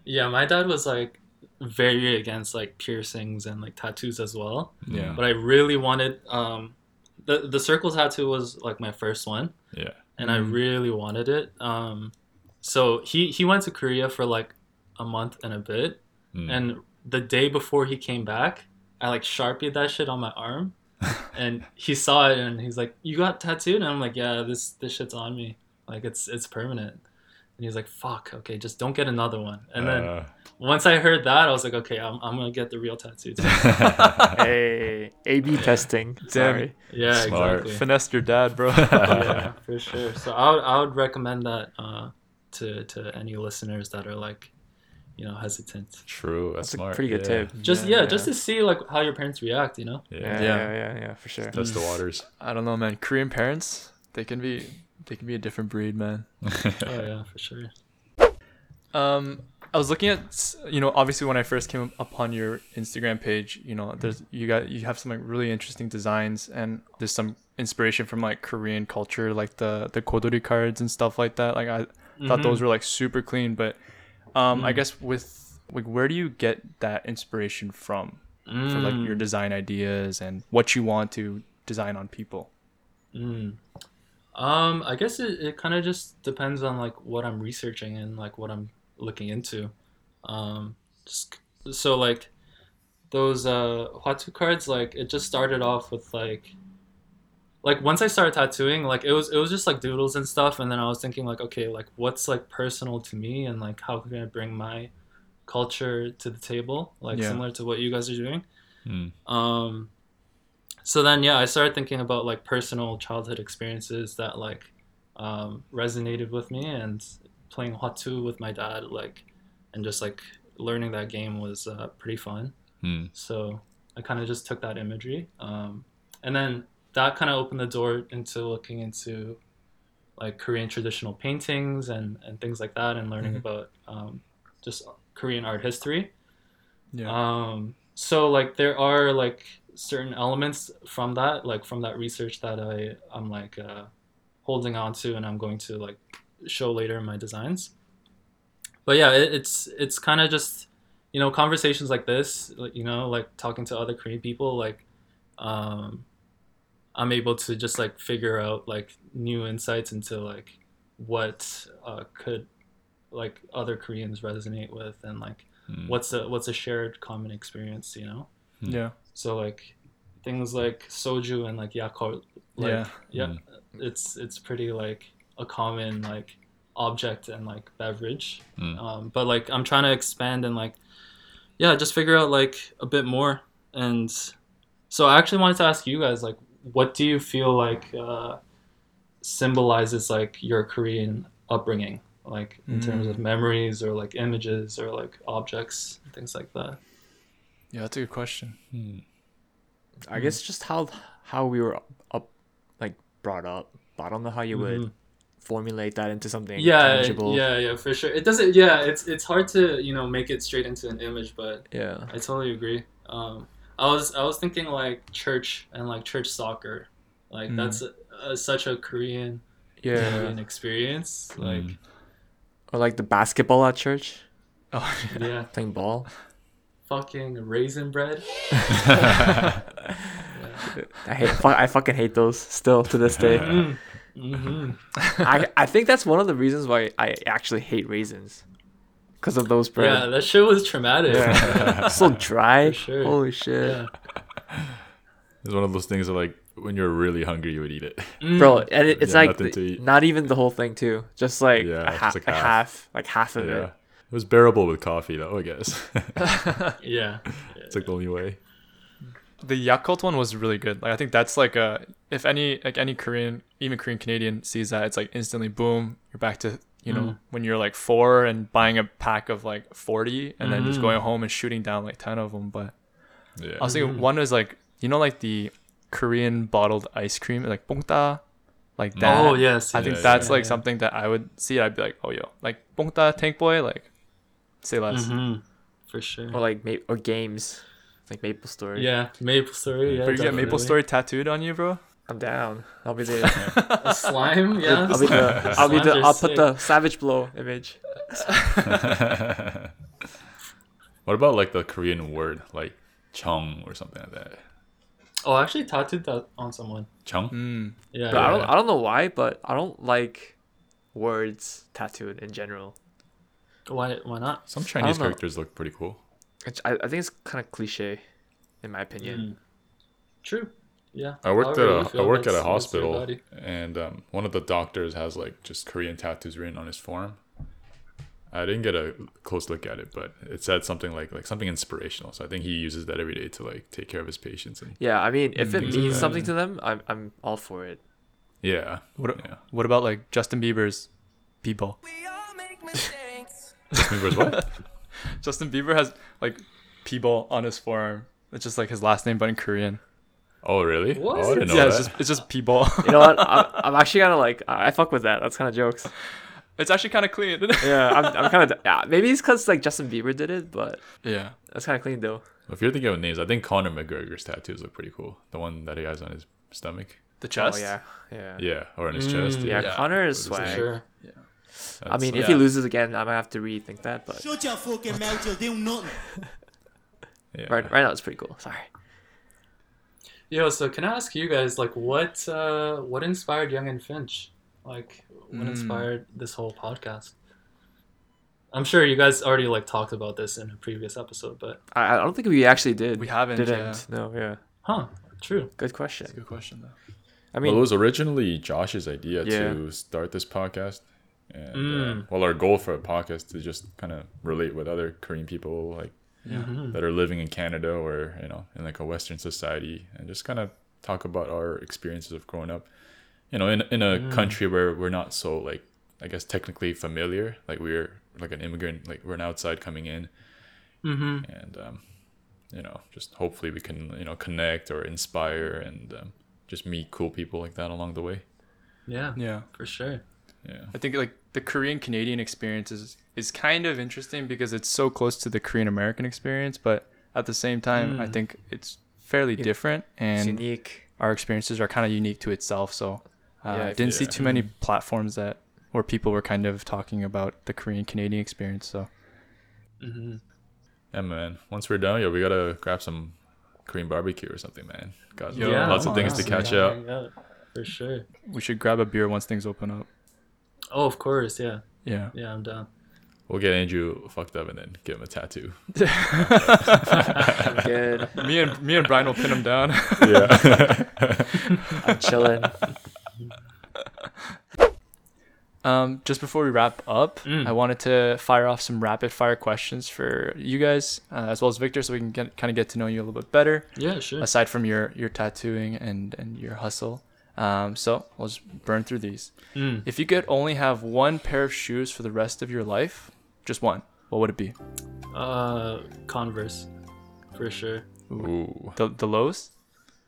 Speaker 2: Yeah, my dad was like very against like piercings and like tattoos as well.
Speaker 3: yeah,
Speaker 2: But I really wanted um the the circle tattoo was like my first one
Speaker 3: yeah.
Speaker 2: and I really wanted it. Um so he he went to Korea for like a month and a bit
Speaker 3: Mm.
Speaker 2: and the day before he came back, I like sharpied that shit on my arm and he saw it and he's like, "You got tattooed?" And I'm like, "Yeah, this this shit's on me. Like it's it's permanent." And he's like, "Fuck, okay, just don't get another one." And then
Speaker 3: Uh,
Speaker 2: once I heard that, I was like, okay, I'm, I'm gonna get the real tattoo. too.
Speaker 3: Uh,
Speaker 1: hey, A B testing. Sorry.
Speaker 2: yeah,
Speaker 3: Smart.
Speaker 2: exactly.
Speaker 4: Finesse your dad, bro.
Speaker 2: yeah, for sure. So I would, I would recommend that uh, to to any listeners that are like, you know, hesitant.
Speaker 3: True. That's,
Speaker 1: That's
Speaker 3: smart.
Speaker 1: a pretty good
Speaker 3: yeah.
Speaker 1: tip.
Speaker 2: Just yeah, just to see like how your parents react. You know.
Speaker 3: Yeah.
Speaker 1: Yeah, yeah,
Speaker 4: Yeah.
Speaker 1: yeah, yeah, for sure.
Speaker 3: Test the waters.
Speaker 4: I don't know, man. Korean parents, they can be they can be a different breed, man.
Speaker 2: Oh yeah, for sure.
Speaker 4: Um, I was looking at s- you know obviously when I first came upon your Instagram page, you know there's you got you have some like really interesting designs and there's some inspiration from like Korean culture, like the the kodori cards and stuff like that. Like I thought those were like super clean, but um, I guess with like where do you get that inspiration from for like your design ideas and what you want to design on people?
Speaker 2: Mm. Um, I guess it, it kind of just depends on like what I'm researching and like what I'm looking into. Um, just so like those uh Huatu cards, like it just started off with like like once I started tattooing, like it was it was just like doodles and stuff, and then I was thinking like, okay, like what's like personal to me and like how can I bring my culture to the table, like
Speaker 4: Yeah.
Speaker 2: similar to what you guys are doing.
Speaker 3: Mm.
Speaker 2: Um, so then, yeah, I started thinking about like personal childhood experiences that like um, resonated with me, and playing Hatu with my dad, like, and just like learning that game was uh, pretty fun.
Speaker 3: Mm.
Speaker 2: So I kind of just took that imagery, um, and then that kind of opened the door into looking into like Korean traditional paintings and and things like that, and learning
Speaker 4: Mhm.
Speaker 2: about um, just Korean art history.
Speaker 4: Yeah.
Speaker 2: Um, so like there are like certain elements from that, like from that research that I I'm like uh, holding on to, and I'm going to like show later in my designs. But yeah, it, it's it's kind of just you know conversations like this, like you know like talking to other Korean people, like um, I'm able to just like figure out like new insights into like what uh, could like other Koreans resonate with and like
Speaker 3: Mm.
Speaker 2: what's a what's a shared common experience you know
Speaker 4: yeah.
Speaker 2: so like things like soju and like yakult like,
Speaker 4: Yeah.
Speaker 2: yeah
Speaker 3: Mm.
Speaker 2: it's it's pretty like a common like object and like beverage
Speaker 3: Mm.
Speaker 2: um, but like i'm trying to expand and like yeah just figure out like a bit more and so i actually wanted to ask you guys like what do you feel like uh, symbolizes like your korean upbringing like in terms
Speaker 4: Mm.
Speaker 2: of memories or like images or like objects things like that
Speaker 4: Yeah, that's a good question.
Speaker 3: Mm.
Speaker 1: I guess just how how we were up, up like brought up. I don't know how you would formulate that into something
Speaker 2: Mm-hmm. yeah
Speaker 1: tangible.
Speaker 2: yeah yeah for sure it doesn't yeah it's it's hard to you know make it straight into an image but
Speaker 1: yeah.
Speaker 2: i totally agree um i was i was thinking like church and like church soccer like
Speaker 4: Mm.
Speaker 2: that's a, a, such a korean
Speaker 4: Yeah.
Speaker 2: korean experience like
Speaker 3: Mm.
Speaker 1: Or like the basketball at church,
Speaker 4: oh,
Speaker 2: yeah
Speaker 1: playing ball.
Speaker 2: fucking raisin bread
Speaker 3: mm.
Speaker 1: I hate. fu- I fucking hate those still to this day.
Speaker 2: mm. hmm
Speaker 1: I I think that's one of the reasons why I actually hate raisins, because of those bread.
Speaker 2: yeah that shit was traumatic yeah,
Speaker 1: so dry.
Speaker 2: For sure.
Speaker 1: Holy shit,
Speaker 3: It's one of those things that like when you're really hungry, you would eat it.
Speaker 2: Mm.
Speaker 1: bro! And it, it's
Speaker 3: Yeah,
Speaker 1: like
Speaker 3: nothing to
Speaker 1: the-
Speaker 3: eat.
Speaker 1: not even the whole thing too. Just like
Speaker 3: Yeah,
Speaker 1: a, ha-
Speaker 3: just like
Speaker 1: a half,
Speaker 3: half.
Speaker 1: like half of
Speaker 3: Yeah,
Speaker 1: it.
Speaker 3: it was bearable with coffee though. I guess
Speaker 2: yeah
Speaker 3: it's like the only way.
Speaker 4: the Yakult one was really good. Like I think that's like a if any like any Korean even Korean Canadian sees that it's like instantly boom you're back to you know
Speaker 2: Mm.
Speaker 4: when you're like four and buying a pack of like forty and then just
Speaker 2: Mhm.
Speaker 4: going home and shooting down like ten of them. But
Speaker 3: Yeah.
Speaker 4: I was thinking one was like you know like the Korean bottled ice cream like bongta like that.
Speaker 2: oh yes
Speaker 4: I think
Speaker 3: Yeah,
Speaker 4: that's
Speaker 2: yeah,
Speaker 4: like
Speaker 2: yeah.
Speaker 4: something that I would see. I'd be like, oh yo, like bongta tank boy, like say less.
Speaker 2: hmm for sure
Speaker 4: Oh,
Speaker 1: Or like ma- or games, like Maple Story.
Speaker 2: yeah maple story yeah
Speaker 4: But you get Maple
Speaker 2: definitely.
Speaker 4: Story tattooed on you, bro.
Speaker 1: I'm down. I'll be there.
Speaker 2: A slime yeah
Speaker 1: I'll be
Speaker 4: uh,
Speaker 1: the. I'll be the.
Speaker 2: Slimes are
Speaker 1: I'll put
Speaker 2: sick.
Speaker 1: the savage blow image.
Speaker 3: what about like the Korean word like chong or something like that?
Speaker 2: Oh, I actually tattooed that on someone.
Speaker 3: Chong?
Speaker 4: Mm.
Speaker 2: Yeah.
Speaker 1: But I don't. I don't know why, but I don't like words tattooed in general.
Speaker 2: Why? Why not?
Speaker 3: Some Chinese
Speaker 1: know.
Speaker 3: characters look pretty cool.
Speaker 1: It's- I, I think it's kind of cliche, in my opinion.
Speaker 2: Mm. True. Yeah.
Speaker 3: I worked
Speaker 2: However you
Speaker 3: at a
Speaker 2: feel,
Speaker 3: I worked at
Speaker 2: that's- that's
Speaker 3: a
Speaker 2: your
Speaker 3: hospital,
Speaker 2: body.
Speaker 3: and um, one of the doctors has like just Korean tattoos written on his forearm. I didn't get a close look at it, but it said something like like something inspirational. So I think he uses that every day to like take care of his patients. And
Speaker 1: Yeah, I mean, if it
Speaker 3: Mm.
Speaker 1: means something to them, I'm I'm all for it.
Speaker 3: yeah,
Speaker 4: What,
Speaker 3: yeah.
Speaker 4: what about like Justin Bieber's people?
Speaker 3: Justin Bieber's what?
Speaker 4: Justin Bieber has like people on his forearm. It's just like his last name, but in Korean.
Speaker 3: Oh really?
Speaker 2: What?
Speaker 3: Oh, I didn't know
Speaker 4: yeah,
Speaker 3: that.
Speaker 4: it's just it's just people.
Speaker 1: You know what? I'm, I'm actually kind of like I I fuck with that. That's kind of jokes.
Speaker 4: it's actually kind of clean.
Speaker 1: Yeah, I'm, I'm kind of yeah. Maybe it's because like Justin Bieber did it, but
Speaker 4: yeah.
Speaker 1: that's kind of clean though.
Speaker 3: If you're thinking of names, I think Conor McGregor's tattoos look pretty cool. The one that he has on his stomach.
Speaker 4: The chest.
Speaker 1: Oh yeah, yeah, yeah.
Speaker 3: Yeah, or on his chest.
Speaker 2: Mm,
Speaker 3: Yeah,
Speaker 1: Connor is
Speaker 2: For
Speaker 1: swag.
Speaker 2: sure.
Speaker 1: I mean, if
Speaker 4: yeah.
Speaker 1: he loses again, I might have to rethink that. But
Speaker 6: Shut your fucking mouth, you do nothing.
Speaker 3: yeah.
Speaker 1: right, right now it's pretty cool. Sorry.
Speaker 2: Yo, so can I ask you guys, like, what, uh, what inspired Young and Finch? Like, what
Speaker 4: Mm.
Speaker 2: inspired this whole podcast? I'm sure you guys already like talked about this in a previous episode, but
Speaker 1: I, I don't think we actually did.
Speaker 4: We haven't,
Speaker 1: Didn't.
Speaker 4: yeah.
Speaker 1: No. Yeah.
Speaker 2: huh? True.
Speaker 1: Good
Speaker 4: That's a
Speaker 1: question.
Speaker 4: good question though.
Speaker 1: I mean,
Speaker 3: well, it was originally Josh's idea
Speaker 1: Yeah.
Speaker 3: to start this podcast. And, uh,
Speaker 2: Mm.
Speaker 3: well, our goal for a podcast is to just kind of relate with other Korean people, like
Speaker 4: Yeah.
Speaker 3: that are living in Canada or you know in like a Western society, and just kind of talk about our experiences of growing up, you know, in in a country where we're not so like I guess technically familiar, like we're like an immigrant, like we're an outside coming in,
Speaker 2: Mm-hmm.
Speaker 3: and um, you know, just hopefully we can you know connect or inspire and um, just meet cool people like that along the way.
Speaker 2: Yeah,
Speaker 4: Yeah.
Speaker 2: for sure.
Speaker 3: Yeah.
Speaker 4: I think like the Korean Canadian experience is is kind of interesting because it's so close to the Korean American experience, but at the same time, I think it's fairly different
Speaker 1: It's
Speaker 4: and
Speaker 1: unique.
Speaker 4: our experiences are kind of unique to itself. So uh,
Speaker 1: Yeah, I
Speaker 4: I didn't see
Speaker 3: yeah.
Speaker 4: too many platforms that where people were kind of talking about the Korean Canadian experience. So
Speaker 2: Mm-hmm.
Speaker 3: Yeah, man. Once we're done, yo, we gotta grab some Korean barbecue or something, man. Got
Speaker 4: Yo,
Speaker 2: Yeah,
Speaker 3: lots of
Speaker 4: oh,
Speaker 3: things to
Speaker 4: yeah.
Speaker 3: catch
Speaker 2: Yeah,
Speaker 3: up.
Speaker 2: yeah, for sure.
Speaker 4: we should grab a beer once things open up.
Speaker 2: Oh, of course, yeah,
Speaker 4: Yeah.
Speaker 2: yeah, I'm down.
Speaker 3: We'll get Andrew fucked up and then give him a tattoo.
Speaker 1: Good.
Speaker 4: me and me and Brian will pin him down.
Speaker 3: Yeah.
Speaker 1: I'm chilling.
Speaker 4: Um, just before we wrap up, I wanted to fire off some rapid fire questions for you guys, uh, as well as Victor, so we can get, kind of get to know you a little bit better.
Speaker 2: Yeah, sure.
Speaker 4: Aside from your your tattooing and and your hustle, um, so we'll just burn through these.
Speaker 2: Hmm.
Speaker 4: If you could only have one pair of shoes for the rest of your life, just one, what would it be?
Speaker 2: Uh, Converse, for sure.
Speaker 3: Ooh.
Speaker 4: The the lows.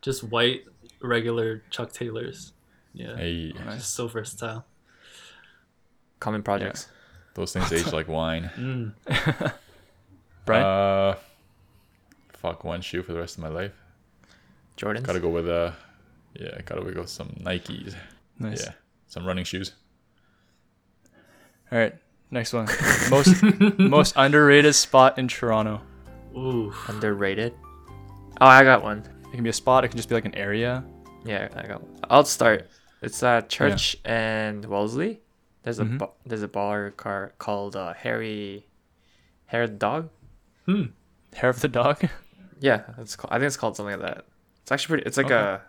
Speaker 2: Just white, regular Chuck Taylors. Yeah,
Speaker 3: Hey,
Speaker 2: just so versatile.
Speaker 1: Common projects.
Speaker 3: those things age like wine.
Speaker 4: Brian,
Speaker 3: Uh, fuck one shoe for the rest of my life.
Speaker 1: Jordans.
Speaker 3: Gotta go with uh, yeah, gotta go with some Nikes.
Speaker 4: nice.
Speaker 3: Yeah, some running shoes.
Speaker 4: All right, next one. Most most underrated spot in Toronto.
Speaker 2: Ooh,
Speaker 1: Underrated. Oh, I got one.
Speaker 4: It can be a spot. It can just be like an area.
Speaker 1: Yeah, I got. One. I'll start. It's uh church and Wellesley. There's a ba- there's a bar car called uh, Harry, Harry the Dog.
Speaker 4: Hair of the dog.
Speaker 1: Yeah, it's called. I think it's called something like that. It's actually pretty. It's like
Speaker 4: Okay.
Speaker 1: a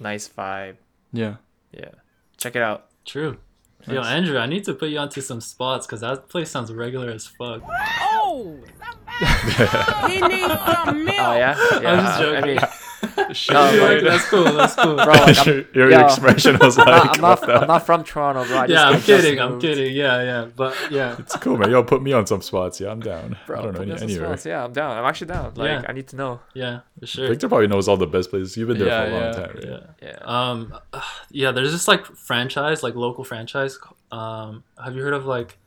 Speaker 1: nice vibe.
Speaker 4: yeah.
Speaker 1: Yeah, check it out.
Speaker 2: true. Yo, Andrew, I need to put you onto some spots because that place sounds regular as fuck.
Speaker 7: Oh! he needs some milk!
Speaker 1: Oh yeah, yeah.
Speaker 2: I'm
Speaker 1: uh, I
Speaker 2: just joking.
Speaker 1: mean,
Speaker 2: Yeah,
Speaker 1: no,
Speaker 2: like,
Speaker 1: like,
Speaker 2: that's cool. That's cool.
Speaker 1: bro, like, I'm,
Speaker 3: Your, your
Speaker 1: yeah.
Speaker 3: expression was like,
Speaker 1: not, I'm, not,
Speaker 3: what the-
Speaker 1: I'm not from Toronto, bro. I just,
Speaker 2: yeah,
Speaker 1: I
Speaker 2: I'm
Speaker 1: just
Speaker 2: kidding. I'm
Speaker 1: moved.
Speaker 2: kidding. Yeah, yeah. But yeah,
Speaker 3: it's cool, man. Yo, put me on some spots. Yeah, I'm down.
Speaker 1: Bro,
Speaker 3: I don't know
Speaker 1: put me
Speaker 3: any,
Speaker 1: on some
Speaker 3: anywhere.
Speaker 1: spots. Yeah, I'm down. I'm actually down. Like,
Speaker 2: Yeah.
Speaker 1: I need to know.
Speaker 2: yeah, for sure.
Speaker 3: Victor probably knows all the best places. You've been there for a
Speaker 4: Yeah,
Speaker 3: long
Speaker 4: yeah.
Speaker 3: time, right?
Speaker 2: Yeah.
Speaker 1: Yeah.
Speaker 2: Um, uh, yeah, there's this like franchise, like local franchise. Um, have you heard of like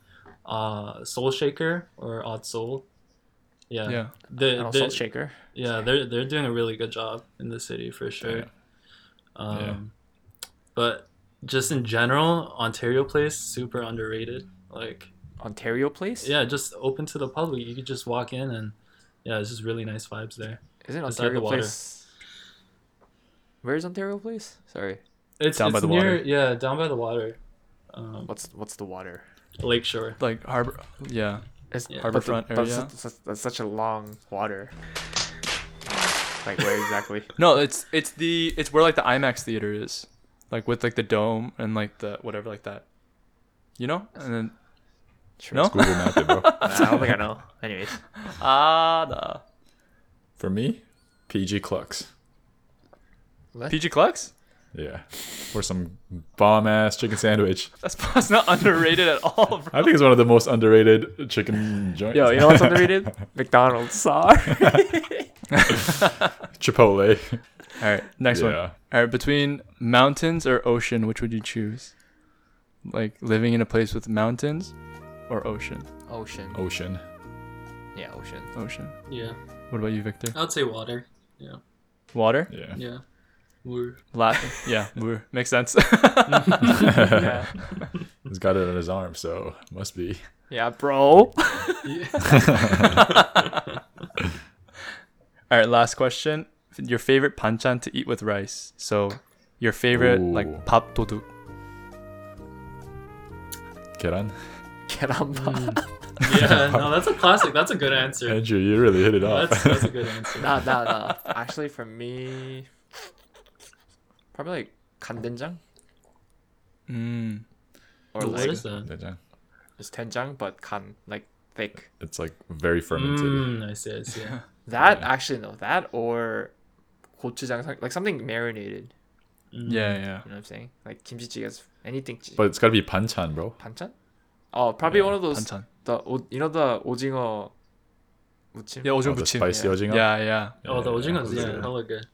Speaker 2: uh, Soul Shaker or Odd Soul? Yeah,
Speaker 4: Yeah.
Speaker 1: and
Speaker 2: They,
Speaker 1: also
Speaker 2: they,
Speaker 1: shaker.
Speaker 2: yeah, they're they're doing a really good job in the city for sure.
Speaker 3: Yeah.
Speaker 2: Um,
Speaker 3: Yeah.
Speaker 2: but just in general, Ontario Place super underrated. Like,
Speaker 1: Ontario place.
Speaker 2: yeah, just open to the public. You could just walk in and yeah, it's just really nice vibes there.
Speaker 1: Isn't
Speaker 2: Beside the
Speaker 1: Ontario
Speaker 2: water.
Speaker 1: Place? Where's Ontario Place? Sorry,
Speaker 2: It's
Speaker 4: Down
Speaker 2: it's
Speaker 4: by the
Speaker 2: near
Speaker 4: water.
Speaker 2: yeah, down by the water, um,
Speaker 1: what's what's the water?
Speaker 2: lakeshore.
Speaker 4: like harbor yeah
Speaker 1: It's
Speaker 2: Yeah.
Speaker 1: but the-
Speaker 4: Harborfront
Speaker 1: but it's
Speaker 4: area.
Speaker 1: su- su- That's such a long water. Like where exactly?
Speaker 4: no it's it's the it's where like the imax theater is like with like the dome and like the whatever like that you know and then
Speaker 1: Sure,
Speaker 4: no
Speaker 1: it's
Speaker 3: Google Map it, bro.
Speaker 1: Nah, I don't think I know. Anyways,
Speaker 4: ah the
Speaker 3: For me, PG Clucks.
Speaker 4: pg clucks
Speaker 3: Yeah. Or some bomb ass chicken sandwich.
Speaker 4: that's, that's not underrated at all bro.
Speaker 3: I think it's one of the most underrated chicken joints.
Speaker 1: yo, you know what's underrated? McDonald's. Sorry.
Speaker 3: Chipotle.
Speaker 4: all right next one
Speaker 3: Yeah.
Speaker 4: all right between mountains or ocean which would you choose like living in a place with mountains or ocean
Speaker 1: Ocean.
Speaker 3: Ocean.
Speaker 1: Yeah, ocean.
Speaker 4: ocean
Speaker 2: Yeah,
Speaker 4: what about you victor
Speaker 2: I would say water.
Speaker 4: water
Speaker 3: Yeah.
Speaker 2: Yeah. We're
Speaker 4: latin yeah we're- makes sense
Speaker 3: He's got it on his arm, so must be.
Speaker 1: Yeah, bro.
Speaker 4: All right, last question. Your favorite panchan to eat with rice. So, your favorite
Speaker 3: Ooh.
Speaker 4: like pap doduk.
Speaker 3: Kiran.
Speaker 1: Get on board.
Speaker 2: Yeah, no, that's a classic. That's a good answer.
Speaker 3: Andrew, you really hit it off.
Speaker 2: That's, that's a good answer.
Speaker 1: Nah, nah, nah. Actually, for me, probably like kandenjang
Speaker 4: Mm.
Speaker 1: or
Speaker 2: What
Speaker 1: like
Speaker 2: is that?
Speaker 1: it's tenjang, but kan like thick.
Speaker 3: It's like very fermented.
Speaker 2: Mm, I see, I see.
Speaker 1: That actually no, that or gochujang like something marinated.
Speaker 4: Yeah, yeah.
Speaker 1: You know what I'm saying? Like kimchi jjigae, anything.
Speaker 3: But it's gotta be panchan, bro.
Speaker 1: 반찬? Oh, probably
Speaker 3: Yeah,
Speaker 1: one of those.
Speaker 4: Panchan.
Speaker 1: The o- you know the 오징어 무침.
Speaker 4: Yeah,
Speaker 3: Oh,
Speaker 4: ojun
Speaker 3: the
Speaker 4: buchim.
Speaker 3: spicy
Speaker 1: yeah.
Speaker 3: ojingo?
Speaker 4: Yeah, yeah.
Speaker 2: Oh, the
Speaker 3: Yeah,
Speaker 2: ojingo's
Speaker 3: yeah.
Speaker 2: yeah, hella good.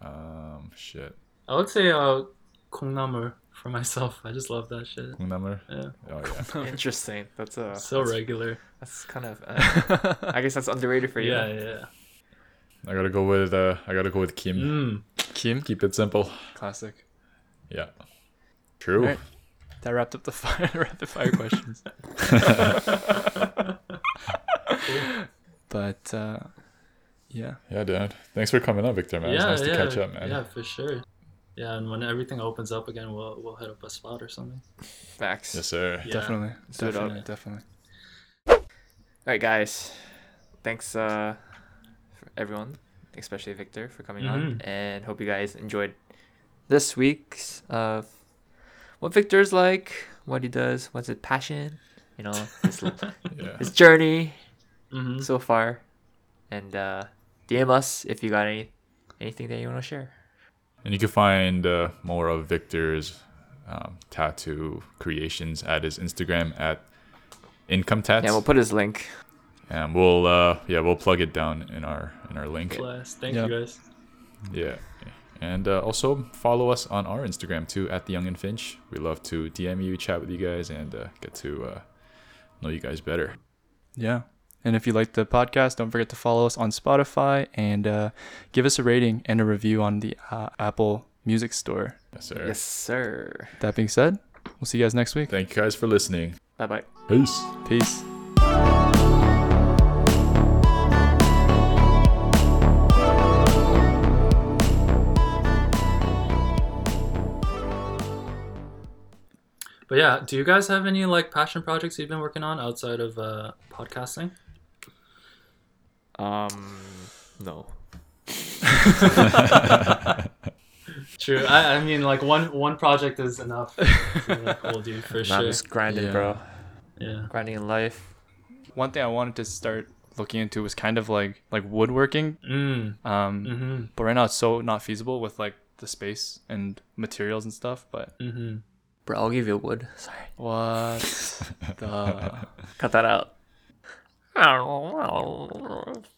Speaker 3: Um, shit.
Speaker 2: I would say uh, kongnamur for myself. I just love that shit.
Speaker 3: Kungnamur.
Speaker 2: Yeah.
Speaker 3: Oh, yeah.
Speaker 1: Interesting. That's uh,
Speaker 2: So regular.
Speaker 1: that's kind of. Uh, I guess that's underrated for you.
Speaker 2: Yeah, yeah.
Speaker 3: I gotta go with uh, I gotta go with Kim.
Speaker 2: Mm.
Speaker 4: Kim,
Speaker 3: Keep it simple.
Speaker 4: classic.
Speaker 3: Yeah. True.
Speaker 4: Right. That wrapped up the fire, rapid fire questions.
Speaker 2: Mm.
Speaker 4: but uh, yeah,
Speaker 3: Yeah, Dad. Thanks for coming up, Victor. Man,
Speaker 2: yeah,
Speaker 3: it's nice
Speaker 2: yeah,
Speaker 3: to catch up, man.
Speaker 2: Yeah, for sure. Yeah, and when everything opens up again, we'll we'll hit up a spot or something.
Speaker 1: Facts.
Speaker 3: Yes, sir.
Speaker 2: Yeah.
Speaker 4: definitely,
Speaker 1: Do it up.
Speaker 4: definitely, definitely.
Speaker 1: All right, guys. Thanks, uh, for everyone, especially Victor, for coming on, and hope you guys enjoyed this week's uh, what Victor's like, what he does, what's his passion, you know, his,
Speaker 3: Yeah.
Speaker 1: his journey
Speaker 2: Mm-hmm.
Speaker 1: so far, and uh, DM us if you got any anything that you want to share.
Speaker 3: And you can find uh, more of Victor's um, tattoo creations at his Instagram at Income Tats.
Speaker 1: Yeah, we'll put his link.
Speaker 3: and we'll uh, yeah we'll plug it down in our in our link.
Speaker 2: Blast. Thank
Speaker 4: Yeah.
Speaker 2: you guys.
Speaker 3: Yeah. And uh, also follow us on our Instagram too at the Young and Finch. We love to DM you, chat with you guys, and uh, get to uh, know you guys better.
Speaker 4: Yeah. And if you like the podcast, don't forget to follow us on Spotify and uh, give us a rating and a review on the uh, Apple Music Store.
Speaker 3: Yes, sir.
Speaker 1: Yes, sir.
Speaker 4: That being said, we'll see you guys next week.
Speaker 3: Thank you guys for listening.
Speaker 1: Bye bye.
Speaker 3: Peace.
Speaker 4: Peace.
Speaker 2: But yeah, do you guys have any like passion projects you've been working on outside of uh, podcasting?
Speaker 1: Um, no.
Speaker 2: True. I, I mean, like one one project is enough. to, like, hold you for
Speaker 1: Nah, I'm
Speaker 2: sure.
Speaker 1: just grinding,
Speaker 4: Yeah.
Speaker 1: bro.
Speaker 2: Yeah.
Speaker 1: Grinding in life.
Speaker 4: One thing I wanted to start looking into was kind of like like woodworking.
Speaker 2: Mm.
Speaker 4: Um,
Speaker 2: Mm-hmm.
Speaker 4: But right now it's so not feasible with like the space and materials and stuff. But
Speaker 2: Mm-hmm.
Speaker 1: Bro, I'll give you wood. Sorry.
Speaker 4: what the?
Speaker 1: Cut that out.